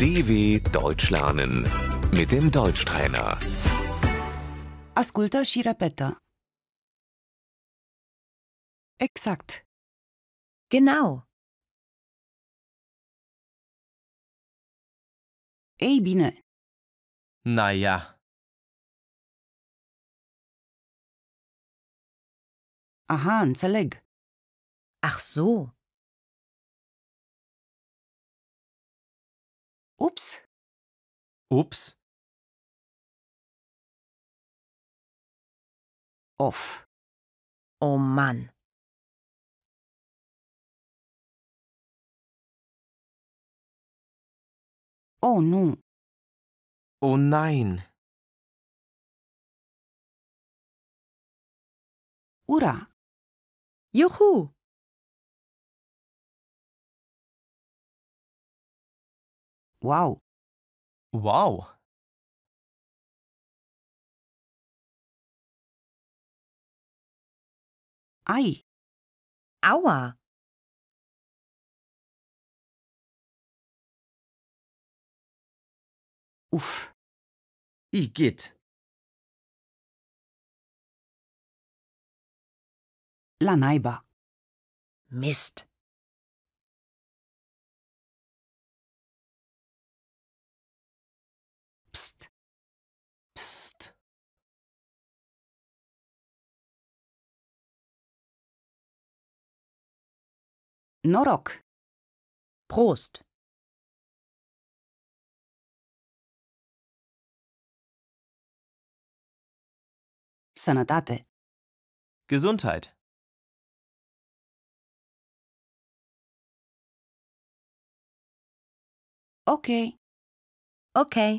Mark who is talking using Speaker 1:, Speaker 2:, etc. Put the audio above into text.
Speaker 1: DW Deutsch lernen mit dem Deutschtrainer.
Speaker 2: Ascultă și repetă. Exact.
Speaker 3: Genau.
Speaker 2: Ei bine,
Speaker 4: Naja,
Speaker 2: aha, înțeleg.
Speaker 3: Ach so.
Speaker 2: Ups,
Speaker 4: ups,
Speaker 2: of.
Speaker 3: Oh Mann.
Speaker 2: Oh, nu.
Speaker 4: oh nein,
Speaker 2: Ura,
Speaker 3: Juhu.
Speaker 2: wow.
Speaker 4: wow,
Speaker 2: Ai,
Speaker 3: Aua.
Speaker 2: uf.
Speaker 4: igitt,
Speaker 2: La naiba.
Speaker 3: Mist.
Speaker 2: Psst,
Speaker 4: pst,
Speaker 2: noroc.
Speaker 3: Prost.
Speaker 2: Sănătate.
Speaker 4: Gesundheit,
Speaker 2: Ok,
Speaker 3: Okay.